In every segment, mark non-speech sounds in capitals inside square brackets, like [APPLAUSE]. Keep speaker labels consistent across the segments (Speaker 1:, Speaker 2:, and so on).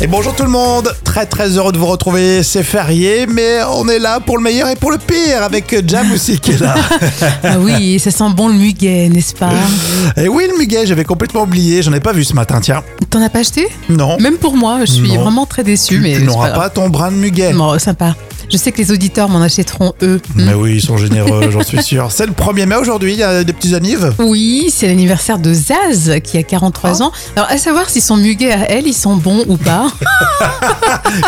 Speaker 1: Et bonjour tout le monde, très très heureux de vous retrouver, c'est férié, mais on est là pour le meilleur et pour le pire avec Jam aussi qui est
Speaker 2: [LAUGHS]
Speaker 1: là. [LAUGHS]
Speaker 2: Ah oui, ça sent bon le muguet, n'est-ce pas
Speaker 1: Et oui le muguet, j'avais complètement oublié, j'en ai pas vu ce matin, tiens.
Speaker 2: T'en as pas acheté
Speaker 1: Non,
Speaker 2: Même pour moi, je suis
Speaker 1: Non.
Speaker 2: vraiment très déçue,
Speaker 1: tu,
Speaker 2: mais
Speaker 1: tu
Speaker 2: c'est
Speaker 1: n'auras
Speaker 2: pas grave.
Speaker 1: pas ton brin de muguet.
Speaker 2: Bon, sympa. Je sais que les auditeurs m'en achèteront eux.
Speaker 1: Mais oui, ils sont généreux, j'en suis
Speaker 2: [LAUGHS]
Speaker 1: sûr. C'est le 1er mai aujourd'hui, il y a des petits anives.
Speaker 2: Oui, c'est l'anniversaire de Zaz qui a 43
Speaker 1: Oh.
Speaker 2: ans. Alors, à savoir si son muguet à elle, ils sont bons ou pas.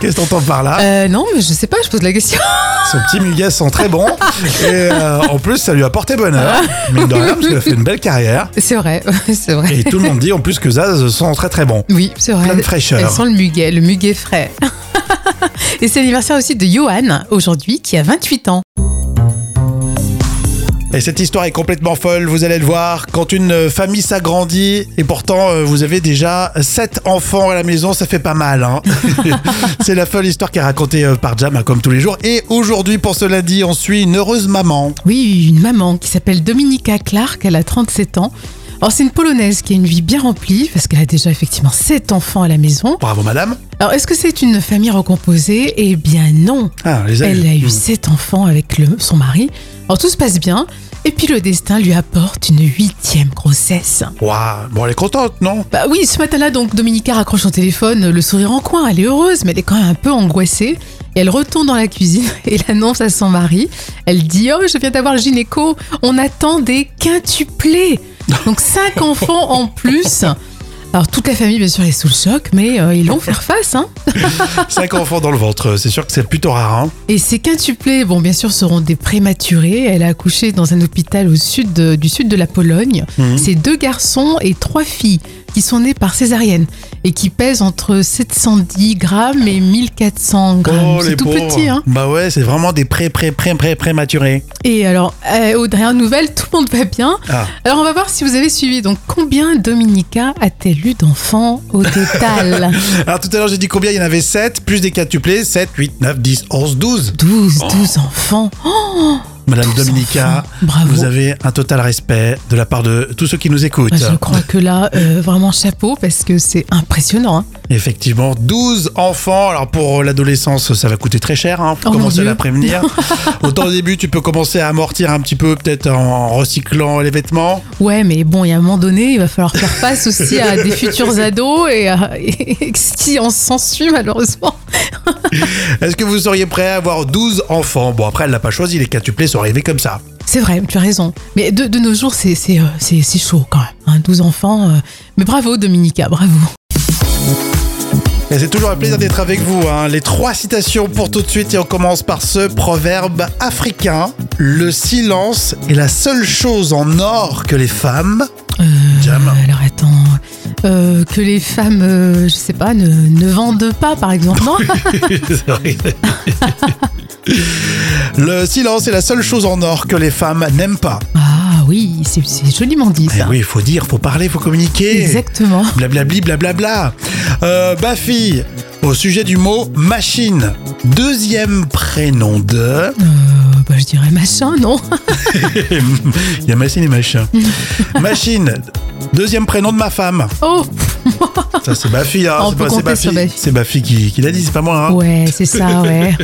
Speaker 1: Qu'est-ce qu'on entend par là
Speaker 2: Euh, non, mais je sais pas, je pose la question. [LAUGHS]
Speaker 1: Son petit muguet sent très bon. Et euh, en plus, ça lui a porté bonheur, mine de rien, parce qu'il a fait une belle carrière.
Speaker 2: C'est vrai, [LAUGHS] c'est vrai.
Speaker 1: Et tout le monde dit en plus que Zaz sent très très bon.
Speaker 2: Oui, c'est vrai.
Speaker 1: Plein de fraîcheur.
Speaker 2: Elle sent le muguet, le muguet frais. [LAUGHS] Et c'est l'anniversaire aussi de Johan, aujourd'hui, qui a 28 ans.
Speaker 1: Et cette histoire est complètement folle, vous allez le voir. Quand une famille s'agrandit et pourtant euh, vous avez déjà sept enfants à la maison, ça fait pas mal. hein. [LAUGHS] C'est la folle histoire qui est racontée euh, par Jam hein, comme tous les jours. Et aujourd'hui, pour ce lundi, on suit une heureuse maman.
Speaker 2: Oui, une maman qui s'appelle Dominika Clark, elle a 37 ans. Alors c'est une Polonaise qui a une vie bien remplie parce qu'elle a déjà effectivement 7 enfants à la maison.
Speaker 1: Bravo madame.
Speaker 2: Alors est-ce que c'est une famille recomposée Eh bien non,
Speaker 1: Ah, les
Speaker 2: elle a eu
Speaker 1: Mmh.
Speaker 2: 7 enfants avec le- son mari. Alors tout se passe bien et puis le destin lui apporte une huitième grossesse.
Speaker 1: Waouh, bon elle est contente, non
Speaker 2: Bah oui, ce matin-là, donc, Dominica raccroche son téléphone, le sourire en coin. Elle est heureuse, mais elle est quand même un peu angoissée. Et elle retourne dans la cuisine [LAUGHS] et l'annonce à son mari. Elle dit Oh, je viens d'avoir le gynéco, on attend des quintuplés. Donc, cinq enfants en plus. Alors, toute la famille, bien sûr, est sous le choc, mais euh, ils vont faire face. Hein.
Speaker 1: Cinq [LAUGHS] enfants dans le ventre, c'est sûr que c'est plutôt rare. hein.
Speaker 2: Et ces quintuplés, bon, bien sûr, seront des prématurés. Elle a accouché dans un hôpital au sud de- du sud de la Pologne.
Speaker 1: Mhm.
Speaker 2: C'est deux garçons et trois filles qui sont nés par césarienne et qui pèsent entre 710 grammes et 1400 grammes.
Speaker 1: Oh,
Speaker 2: C'est
Speaker 1: les
Speaker 2: tout
Speaker 1: pauvres.
Speaker 2: petit, hein.
Speaker 1: Bah ouais, c'est vraiment des pré pré pré pré prématurés.
Speaker 2: Et alors, euh, aux dernières nouvelles, tout le monde va bien.
Speaker 1: Ah.
Speaker 2: Alors, on va voir si vous avez suivi. Donc, combien Dominica a-t-elle eu d'enfants
Speaker 1: [LAUGHS]
Speaker 2: au total
Speaker 1: Alors tout à l'heure j'ai dit combien il y en avait 7, plus des quatuplés, 7, 8, 9, 10, 11, 12.
Speaker 2: 12, 12 enfants. Oh,
Speaker 1: Madame
Speaker 2: 12
Speaker 1: Dominica,
Speaker 2: enfants. Bravo.
Speaker 1: vous avez un total respect de la part de tous ceux qui nous écoutent.
Speaker 2: Bah, je crois que là, euh, vraiment chapeau, parce que c'est impressionnant. hein.
Speaker 1: Effectivement, 12 enfants. Alors pour l'adolescence, ça va coûter très cher. Hein. Faut
Speaker 2: Oh mon
Speaker 1: commencer à
Speaker 2: Dieu.
Speaker 1: la
Speaker 2: [LAUGHS]
Speaker 1: prévenir. Autant au début, tu peux commencer à amortir un petit peu, peut-être en recyclant les vêtements.
Speaker 2: Ouais, mais bon, il y a un moment donné, il va falloir faire face aussi à des futurs ados et, à, [LAUGHS] et ce qui en s'ensuit, malheureusement.
Speaker 1: Est-ce que vous seriez prêt à avoir 12 enfants Bon, après, elle l'a pas choisi. Les quatuplés sont arrivés comme ça.
Speaker 2: C'est vrai, tu as raison. Mais de, de nos jours, c'est- c'est euh, c'est- c'est chaud quand même. hein, 12 enfants. euh. Mais bravo, Dominica, bravo.
Speaker 1: Et c'est toujours un plaisir d'être avec vous. hein. Les trois citations pour tout de suite et on commence par ce proverbe africain. Le silence est la seule chose en or que les femmes...
Speaker 2: Euh,
Speaker 1: Jam.
Speaker 2: alors attends, euh, que les femmes, euh, je sais pas, ne, ne vendent pas, par exemple. Non
Speaker 1: C'est vrai. [LAUGHS] Le silence est la seule chose en or que les femmes n'aiment pas.
Speaker 2: Ah oui, c'est c'est joliment dit
Speaker 1: Eh
Speaker 2: ça.
Speaker 1: oui, il faut dire, faut parler, faut communiquer.
Speaker 2: Exactement.
Speaker 1: Blablabli, blablabla. Euh, Bafi, au sujet du mot machine, deuxième prénom de... [LAUGHS]
Speaker 2: Euh, bah, je dirais machin, non [LAUGHS]
Speaker 1: Il y a machine et machin. Machine, deuxième prénom de ma femme.
Speaker 2: Oh,
Speaker 1: Ça, c'est Bafi, hein.
Speaker 2: On
Speaker 1: c'est
Speaker 2: peut
Speaker 1: pas- c'est
Speaker 2: compter sur
Speaker 1: Bafi.
Speaker 2: Bafi.
Speaker 1: C'est Bafi qui, qui l'a dit, c'est pas moi. hein.
Speaker 2: ouais, c'est ça, ouais.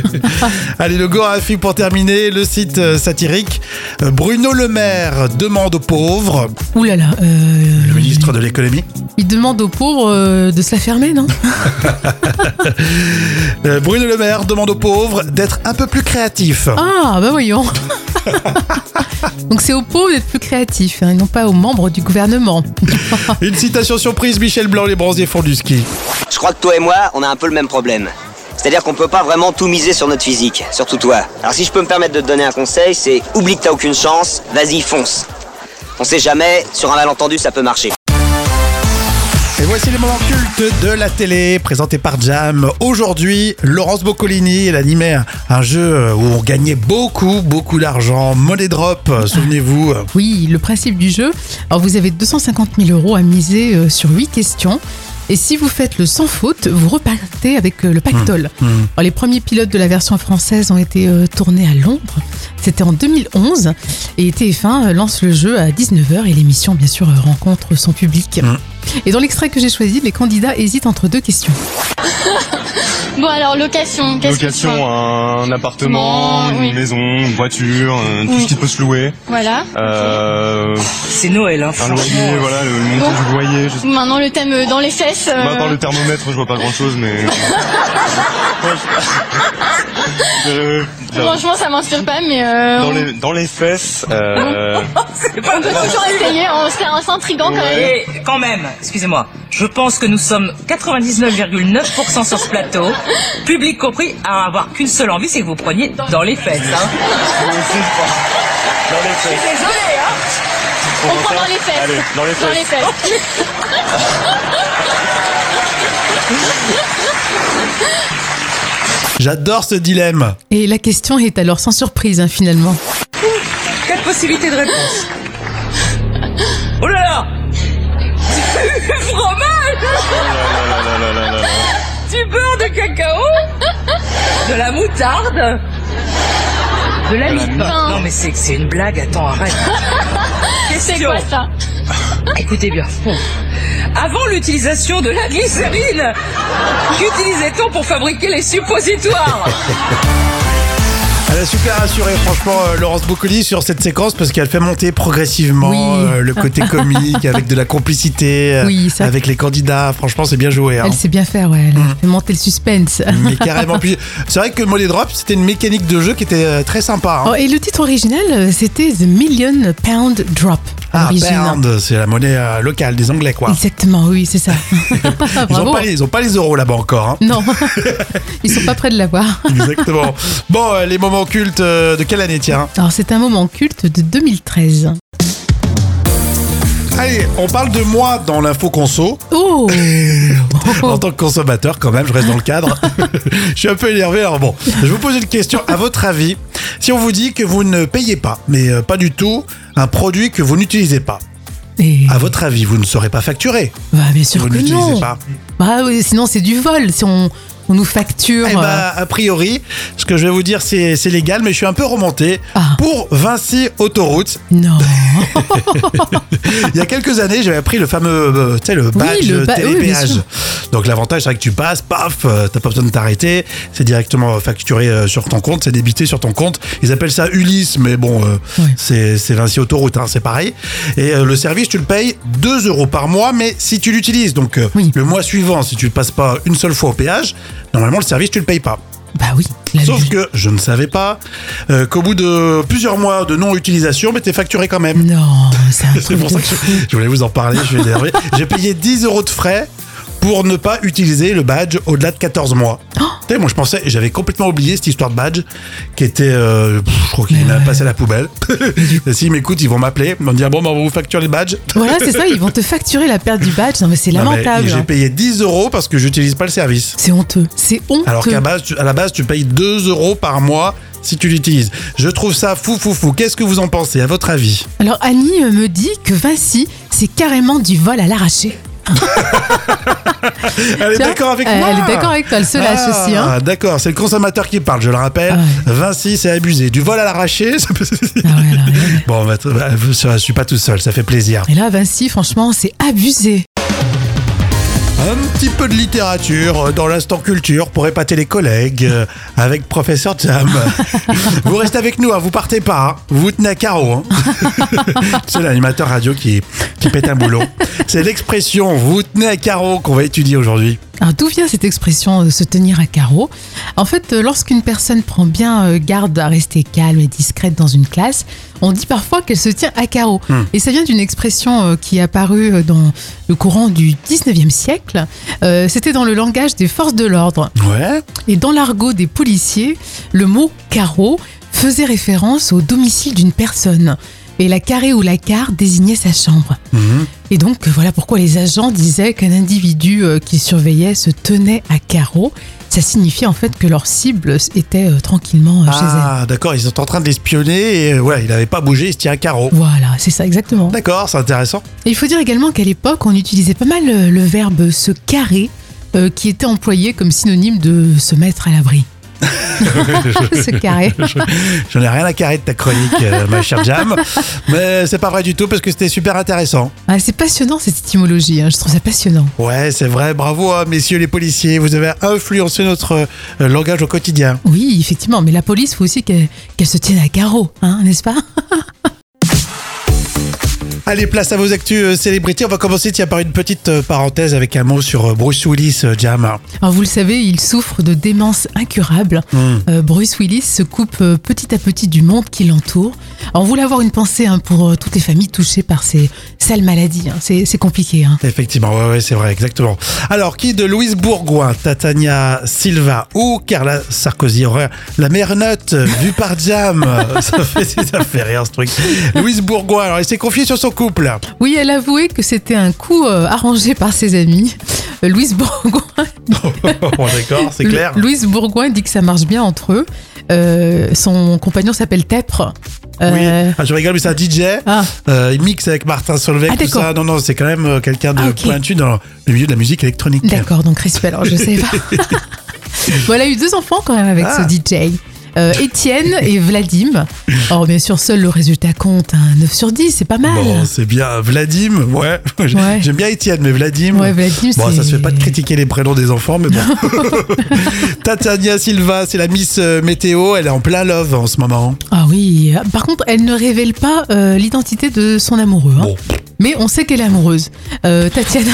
Speaker 1: Allez, le Gorafi pour terminer, le site euh, satirique. Euh, Bruno Le Maire demande aux pauvres,
Speaker 2: Ouh là là. euh,
Speaker 1: le ministre de l'économie.
Speaker 2: Il demande aux pauvres euh, de se la fermer, non
Speaker 1: Euh, Bruno Le Maire demande aux pauvres d'être un peu plus créatifs.
Speaker 2: Ah, bah voyons Donc c'est aux pauvres d'être plus créatifs, hein, et non pas aux membres du gouvernement.
Speaker 1: [LAUGHS] Une citation surprise, Michel Blanc, les bronziers font du ski.
Speaker 3: Je crois que toi et moi, on a un peu le même problème. C'est-à-dire qu'on peut pas vraiment tout miser sur notre physique, surtout toi. Alors si je peux me permettre de te donner un conseil, c'est oublie que t'as aucune chance, vas-y fonce. On sait jamais, sur un malentendu ça peut marcher.
Speaker 1: Et voici les moments cultes de la télé, présentés par Jam. Aujourd'hui, Laurence Boccolini, elle animait un- un jeu où on gagnait beaucoup, beaucoup d'argent. Money Drop, euh, souvenez-vous.
Speaker 2: Oui, le principe du jeu, alors vous avez 250 000 euros à miser euh, sur 8 questions. Et si vous faites le sans faute, vous repartez avec euh, le pactole. Alors, les premiers pilotes de la version française ont été euh, tournés à Londres. C'était en 2011. Et TF1 euh, lance le jeu à 19h et l'émission, bien sûr, euh, rencontre son public.
Speaker 1: Mm.
Speaker 2: Et dans l'extrait que j'ai choisi, les candidats hésitent entre deux questions.
Speaker 4: Bon alors location, qu'est-ce que tu
Speaker 5: Location, hein.
Speaker 4: prends
Speaker 5: un appartement,
Speaker 4: Non,
Speaker 5: une
Speaker 4: oui.
Speaker 5: maison, une voiture, euh, tout
Speaker 4: Oui.
Speaker 5: ce qui peut se louer.
Speaker 4: Voilà.
Speaker 5: Euh,
Speaker 6: C'est Noël, hein,
Speaker 5: un
Speaker 6: franchement.
Speaker 5: loyer, voilà, le montant du loyer. Je sais.
Speaker 4: Maintenant le thème euh, dans les fesses. euh,
Speaker 5: Moi, à part Bah, le thermomètre, je vois pas grand chose,
Speaker 4: [LAUGHS]
Speaker 5: mais. Euh,
Speaker 4: Franchement ça m'inspire pas mais euh,
Speaker 5: dans,
Speaker 4: on-
Speaker 5: les, dans les fesses,
Speaker 4: Hein
Speaker 5: euh,
Speaker 4: on peut toujours essayer, on- c'est un- c'est intriguant quand même.
Speaker 6: Et [LAUGHS] quand même, excusez-moi, je pense que nous sommes 99,9% sur ce plateau, public compris, à avoir qu'une seule envie, c'est que vous preniez dans les fesses. Hein.
Speaker 5: moi aussi, je pense. dans les fesses.
Speaker 6: Désolé, hein
Speaker 4: On prend dans les fesses.
Speaker 5: Allez, dans les
Speaker 4: Dans les
Speaker 5: fesses.
Speaker 4: fesses.
Speaker 1: J'adore ce dilemme.
Speaker 2: Et la question est alors sans surprise hein, finalement.
Speaker 6: Quatre possibilités de réponse. Oh là là [LAUGHS] Du fromage
Speaker 5: Là, là, là, là, là, là.
Speaker 6: Du beurre de cacao De la moutarde De la mie
Speaker 4: mie.
Speaker 6: Non mais c'est c'est une blague, attends, arrête.
Speaker 4: C'est
Speaker 6: Question.
Speaker 4: quoi ça
Speaker 6: Écoutez bien. Avant l'utilisation de la glycérine, qu'utilisait-on pour fabriquer les suppositoires
Speaker 1: Elle a super assuré, franchement, euh, Laurence Boccoli sur cette séquence parce qu'elle fait monter progressivement
Speaker 2: Oui.
Speaker 1: euh, le côté comique avec de la complicité, euh,
Speaker 2: Oui, ça-
Speaker 1: avec les candidats. Franchement, c'est bien joué. hein.
Speaker 2: Elle sait bien faire, ouais. Elle a fait monter le suspense.
Speaker 1: Mais carrément plus. C'est vrai que Molly Drop, c'était une mécanique de jeu qui était euh, très sympa. hein.
Speaker 2: Oh, et le titre original, euh, c'était The Million Pound Drop.
Speaker 1: ah,
Speaker 2: L'origine.
Speaker 1: pound, c'est la monnaie euh, locale des Anglais, quoi.
Speaker 2: Exactement, oui, c'est ça.
Speaker 1: [LAUGHS] Ils ont
Speaker 2: Bravo.
Speaker 1: pas les, ils ont pas les euros là-bas encore. hein.
Speaker 2: Non, ils sont pas près de l'avoir.
Speaker 1: [LAUGHS] Exactement. Bon, euh, les moments cultes euh, de quelle année, tiens
Speaker 2: Alors, c'est un moment culte de 2013.
Speaker 1: Allez, on parle de moi dans l'info conso.
Speaker 2: Oh
Speaker 1: En tant que consommateur, quand même, je reste dans le cadre. [LAUGHS] je suis un peu énervé. Alors bon, je vous pose une question. À votre avis, si on vous dit que vous ne payez pas, mais euh, pas du tout, un produit que vous n'utilisez pas,
Speaker 2: Et-
Speaker 1: à votre avis, vous ne serez pas facturé
Speaker 2: Bah, bien sûr
Speaker 1: Ah, Vous
Speaker 2: que
Speaker 1: n'utilisez
Speaker 2: non.
Speaker 1: pas.
Speaker 2: Bah, oui, sinon, c'est du vol. Si on, on nous facture. euh,
Speaker 1: Eh bah, a priori, ce que je vais vous dire, c'est c'est légal, mais je suis un peu remonté.
Speaker 2: Ah.
Speaker 1: Pour Vinci Autoroute,
Speaker 2: euh, Non.
Speaker 1: il y a quelques années, j'avais pris le fameux euh, tu sais, le badge
Speaker 2: le ba- oui, bien
Speaker 1: télépéage.
Speaker 2: sûr.
Speaker 1: Donc l'avantage, c'est que tu passes, paf, euh, t'as pas besoin de t'arrêter. C'est directement facturé euh, sur ton compte, c'est débité sur ton compte. Ils appellent ça Ulysse, mais bon, euh,
Speaker 2: Ouais.
Speaker 1: c'est c'est Vinci Autoroute, hein, c'est pareil. Et euh, le service, tu le payes 2 euros par mois, mais si tu l'utilises. Donc euh,
Speaker 2: Oui.
Speaker 1: le mois suivant, si tu passes pas une seule fois au péage, normalement, le service, tu le payes pas.
Speaker 2: Bah oui. la
Speaker 1: Sauf
Speaker 2: logique.
Speaker 1: que je ne savais pas euh, qu'au bout de plusieurs mois de non-utilisation, mais t'es facturé quand même.
Speaker 2: Non, c'est
Speaker 1: [LAUGHS]
Speaker 2: un
Speaker 1: C'est
Speaker 2: truc
Speaker 1: pour
Speaker 2: de [LAUGHS]
Speaker 1: ça que je,
Speaker 2: fou.
Speaker 1: je voulais vous en parler, je suis énervé. J'ai payé 10 euros de frais pour ne pas utiliser le badge au-delà de 14 mois.
Speaker 2: Oh
Speaker 1: Tu sais, moi je pensais, j'avais complètement oublié cette histoire de badge qui était, euh, pff, je crois qu'il a passé à la poubelle. [LAUGHS] Et S'ils m'écoutent, ils vont m'appeler, ils vont me dire bon, ben, on va vous facturer les badges.
Speaker 2: Voilà, c'est ça. Ils vont te facturer la perte du badge. Non, mais c'est
Speaker 1: Non, mais
Speaker 2: lamentable.
Speaker 1: J'ai payé 10 euros parce que j'utilise pas le service.
Speaker 2: C'est honteux. C'est honteux.
Speaker 1: Alors qu'à base, tu- à la base, tu payes 2 euros par mois si tu l'utilises. Je trouve ça fou, fou, fou. Qu'est-ce que vous en pensez, à votre avis
Speaker 2: Alors Annie euh, me dit que Vinci, c'est carrément du vol à l'arraché.
Speaker 1: Elle est
Speaker 2: Tiens,
Speaker 1: d'accord avec
Speaker 2: euh,
Speaker 1: moi
Speaker 2: Elle est d'accord avec toi, elle se lâche
Speaker 1: Ah,
Speaker 2: aussi. Hein. Ah
Speaker 1: D'accord, c'est le consommateur qui parle, je le rappelle.
Speaker 2: Ouais.
Speaker 1: Vinci, c'est abusé. Du vol à l'arraché, [LAUGHS] ça peut-
Speaker 2: [LAUGHS] Ah ouais, alors, ouais.
Speaker 1: Bon, bah, t- bah, je suis pas tout seul, ça fait plaisir.
Speaker 2: Et là, Vinci, franchement, c'est abusé.
Speaker 1: Un petit peu de littérature euh, dans l'instant culture pour épater les collègues euh, avec professeur Jam.
Speaker 2: [LAUGHS]
Speaker 1: vous restez avec nous, hein, vous partez pas, hein. vous vous tenez à
Speaker 2: [LAUGHS]
Speaker 1: carreau. hein. c'est l'animateur radio qui, qui pète un boulot. C'est l'expression vous vous tenez à carreau qu'on va étudier aujourd'hui.
Speaker 2: Alors d'où vient cette expression euh, se tenir à carreau En fait, euh, lorsqu'une personne prend bien euh, garde à rester calme et discrète dans une classe, on dit parfois qu'elle se tient à carreau.
Speaker 1: Hmm.
Speaker 2: Et ça vient d'une expression euh, qui est apparue euh, dans le courant du 19e siècle. Euh, C'était dans le langage des forces de l'ordre.
Speaker 1: Ouais.
Speaker 2: Et dans l'argot des policiers, le mot carreau faisait référence au domicile d'une personne. Et la carré ou la carte désignait sa chambre.
Speaker 1: Mhm.
Speaker 2: Et donc euh, voilà pourquoi les agents disaient qu'un individu euh, qu'ils surveillaient se tenait à carreau. Ça signifiait en fait que leur cible était euh, tranquillement euh, chez
Speaker 1: Ah, d'accord, ils sont en train de l'espionner et euh, ouais, il n'avait pas bougé, il se tient à carreau.
Speaker 2: elle. Voilà, c'est ça exactement.
Speaker 1: D'accord, c'est intéressant.
Speaker 2: Et il faut dire également qu'à l'époque, on utilisait pas mal euh, le verbe se carrer, euh, qui était employé comme synonyme de se mettre à l'abri. [LAUGHS] ce carré.
Speaker 1: J'en ai rien à carrer de ta chronique, euh, ma chère Jam. Mais c'est pas vrai du tout parce que c'était super intéressant.
Speaker 2: Ah, c'est passionnant cette étymologie, hein. je trouve ça passionnant.
Speaker 1: Ouais, c'est vrai. Bravo, hein, messieurs les policiers. Vous avez influencé notre euh, langage au quotidien.
Speaker 2: Oui, effectivement, mais la police, faut aussi qu'elle qu'elle se tienne à carreau, hein, n'est-ce pas [LAUGHS]
Speaker 1: Allez, place à vos actus euh, célébrités. On va commencer tiens, par une petite euh, parenthèse avec un mot sur euh, Bruce Willis, euh, Jam.
Speaker 2: Alors vous le savez, il souffre de démence incurable.
Speaker 1: Mmh.
Speaker 2: Euh, Bruce Willis se coupe euh, petit à petit du monde qui l'entoure. Alors, On voulait avoir une pensée hein, pour euh, toutes les familles touchées par ces sales maladies. hein. C'est c'est compliqué. hein.
Speaker 1: Effectivement, ouais, ouais, c'est vrai, exactement. Alors, qui de Louise Bourgoin, Tatania Silva ou Carla Sarkozy aurait la mère note euh, vue par [LAUGHS] Jam ça, fait, ça fait rire ce truc. Louise Bourgoin, alors, elle s'est confiée sur son [LAUGHS] couple.
Speaker 2: Oui, elle avouait que c'était un coup euh, arrangé par ses amis. Euh, Louise Bourgoin,
Speaker 1: bon, d'accord, c'est clair.
Speaker 2: Louise Bourgoin dit que ça marche bien entre eux. Euh, son compagnon s'appelle Tepre.
Speaker 1: Oui,
Speaker 2: Euh,
Speaker 1: Ah, je rigole, mais c'est un DJ.
Speaker 2: Ah.
Speaker 1: Euh, il mixe avec Martin Solveig,
Speaker 2: Ah,
Speaker 1: tout
Speaker 2: d'accord.
Speaker 1: ça. Non, non, c'est quand même euh, quelqu'un de
Speaker 2: Ah, ok.
Speaker 1: pointu dans le milieu de la musique électronique.
Speaker 2: D'accord, donc respect, alors je
Speaker 1: [LAUGHS]
Speaker 2: sais pas. bon, elle a eu deux enfants quand même avec
Speaker 1: Ah.
Speaker 2: ce DJ. Euh, Étienne et Vladim. Or, bien sûr, seul le résultat compte, un 9 sur 10, c'est pas mal.
Speaker 1: Bon, c'est bien. Vladim, ouais.
Speaker 2: Ouais.
Speaker 1: [LAUGHS] J'aime bien Étienne, mais Vladim.
Speaker 2: Ouais, Vladim,
Speaker 1: Bon,
Speaker 2: c'est-
Speaker 1: ça se fait pas de critiquer les prénoms des enfants, mais bon. [LAUGHS] Tatania Silva, c'est la Miss euh, Météo. Elle est en plein love en ce moment.
Speaker 2: Ah oui, par contre, elle ne révèle pas euh, l'identité de son amoureux. hein.
Speaker 1: Bon,
Speaker 2: Mais on sait qu'elle est amoureuse. Euh, Tatiana,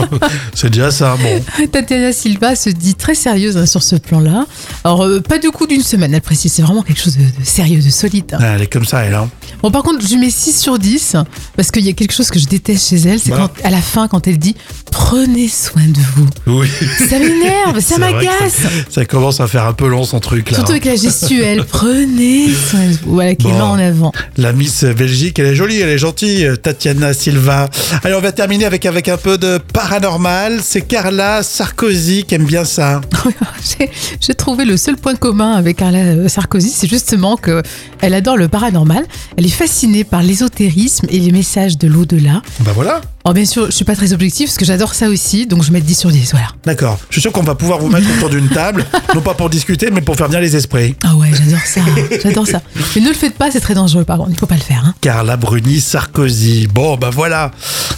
Speaker 2: [LAUGHS]
Speaker 1: c'est déjà ça. [LAUGHS] Bon,
Speaker 2: Tatiana Silva se dit très sérieuse hein, sur ce plan-là. Alors, euh, pas de coup d'une semaine, elle précise, c'est vraiment quelque chose de, de sérieux, de solide. hein.
Speaker 1: elle est comme ça, elle. Hein.
Speaker 2: Bon, par contre, je lui mets 6 sur 10 parce qu'il y a quelque chose que je déteste chez elle, c'est
Speaker 1: Bah.
Speaker 2: quand à la fin, quand elle dit prenez soin de vous.
Speaker 1: Oui.
Speaker 2: Ça m'énerve, ça
Speaker 1: C'est vrai que
Speaker 2: m'agace.
Speaker 1: Ça commence à faire un peu long son truc là.
Speaker 2: Surtout
Speaker 1: hein.
Speaker 2: avec
Speaker 1: [LAUGHS]
Speaker 2: la gestuelle, prenez soin de vous. Voilà, qui est
Speaker 1: Bon.
Speaker 2: main en avant. [LAUGHS]
Speaker 1: La Miss Belgique, elle est jolie, elle est gentille, euh, Tatiana Silva. Allez, on va terminer avec, avec un peu de paranormal. C'est Carla Sarkozy qui aime bien ça.
Speaker 2: J'ai- J'ai trouvé le seul point commun avec Carla euh, Sarkozy, c'est justement que elle adore le paranormal. Elle est fascinée par l'ésotérisme et les messages de l'au-delà.
Speaker 1: Bah voilà.
Speaker 2: Alors bien sûr, je suis pas très objective parce que j'adore ça aussi, donc je mets 10 sur 10. Voilà.
Speaker 1: D'accord. Je suis sûr qu'on va pouvoir vous mettre autour d'une [LAUGHS] table, non pas pour discuter, mais pour faire bien les esprits.
Speaker 2: Ah ouais, j'adore ça,
Speaker 1: [LAUGHS]
Speaker 2: j'adore ça. Mais ne le faites pas, c'est très dangereux par contre, il faut pas le faire. hein.
Speaker 1: Carla Bruni Sarkozy. Bon, bah voilà.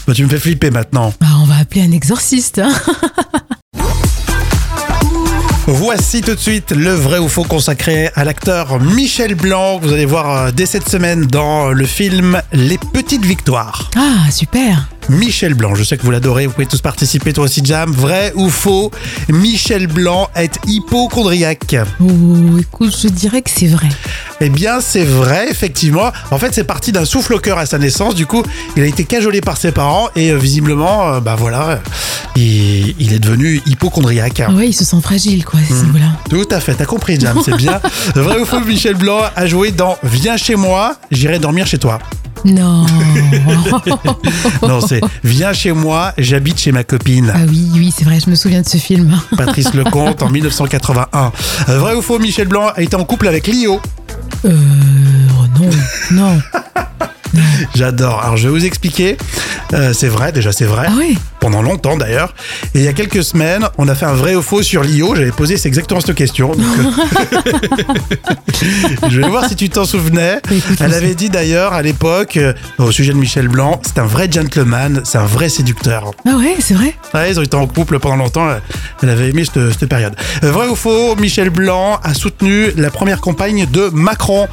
Speaker 1: Bah, tu me fais flipper maintenant.
Speaker 2: Bah, on va appeler un exorciste. hein.
Speaker 1: Voici tout de suite le vrai ou faux consacré à l'acteur Michel Blanc. que Vous allez voir euh, dès cette semaine dans le film Les Petites Victoires.
Speaker 2: [LAUGHS] Ah, super.
Speaker 1: Michel Blanc, je sais que vous l'adorez, vous pouvez tous participer, toi aussi Jam, vrai ou faux, Michel Blanc est hypochondriaque.
Speaker 2: Oh, écoute, je dirais que c'est vrai.
Speaker 1: Eh bien c'est vrai, effectivement. En fait c'est parti d'un souffle au cœur à sa naissance, du coup il a été cajolé par ses parents et euh, visiblement, euh, bah voilà, euh, il, il est devenu hypochondriaque.
Speaker 2: Ah Ouais, il se sent fragile, quoi, à ce niveau-là.
Speaker 1: Tout à fait, t'as compris Jam, c'est bien. Vrai ou faux, Michel Blanc a joué dans Viens chez moi, j'irai dormir chez toi.
Speaker 2: Non.
Speaker 1: Non, c'est Viens chez moi, j'habite chez ma copine.
Speaker 2: [LAUGHS] ah oui, oui, c'est vrai, je me souviens de ce film. [LAUGHS]
Speaker 1: Patrice Lecomte en 1981. Euh, Vrai ou faux, Michel Blanc a été en couple avec Lio.
Speaker 2: Euh, oh non, non.
Speaker 1: J'adore. Alors je vais vous expliquer. Euh, c'est vrai, déjà c'est vrai.
Speaker 2: Ah ouais
Speaker 1: Pendant longtemps d'ailleurs. Et il y a quelques semaines, on a fait un vrai ou faux sur Lio. J'avais posé c'est exactement cette question. Donc, euh, [LAUGHS] je vais voir si tu t'en souvenais.
Speaker 2: Écoute,
Speaker 1: Elle
Speaker 2: je-
Speaker 1: avait dit d'ailleurs à l'époque, euh, au sujet de Michel Blanc, c'est un vrai gentleman, c'est un vrai séducteur.
Speaker 2: Ah ouais, c'est vrai.
Speaker 1: Ouais, ils ont été en couple pendant longtemps. euh, Elle avait aimé cette, cette période. Euh, Vrai ou faux, Michel Blanc a soutenu la première campagne de Macron.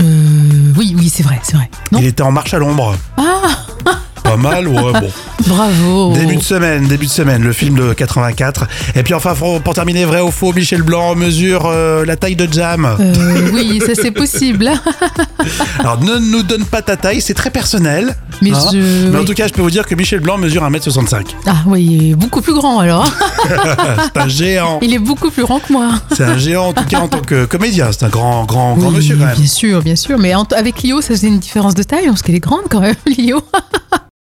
Speaker 2: Euh, oui, oui, c'est vrai, c'est vrai. Non
Speaker 1: Il était en marche à l'ombre.
Speaker 2: Ah,
Speaker 1: Pas mal, ouais, bon.
Speaker 2: bravo.
Speaker 1: Début de semaine, début de semaine, le film de 84. Et puis enfin, pour pour terminer, vrai ou faux, Michel Blanc mesure euh, la taille de Jam.
Speaker 2: [LAUGHS] Euh, oui, ça c'est possible.
Speaker 1: Alors ne nous donne pas ta taille, c'est très personnel.
Speaker 2: [LAUGHS] Mais je-
Speaker 1: Ah. Mais en
Speaker 2: oui.
Speaker 1: tout cas, je peux vous dire que Michel Blanc mesure 1m65.
Speaker 2: Ah oui, beaucoup plus grand alors. [LAUGHS]
Speaker 1: C'est un géant.
Speaker 2: Il est beaucoup plus grand que moi.
Speaker 1: C'est un géant, en tout cas, en tant que comédien. C'est un grand, grand, grand
Speaker 2: Oui,
Speaker 1: monsieur quand même.
Speaker 2: Bien sûr, bien sûr. Mais en- avec [LAUGHS] Lio, ça faisait une différence de taille parce qu'elle est grande quand même, Lio.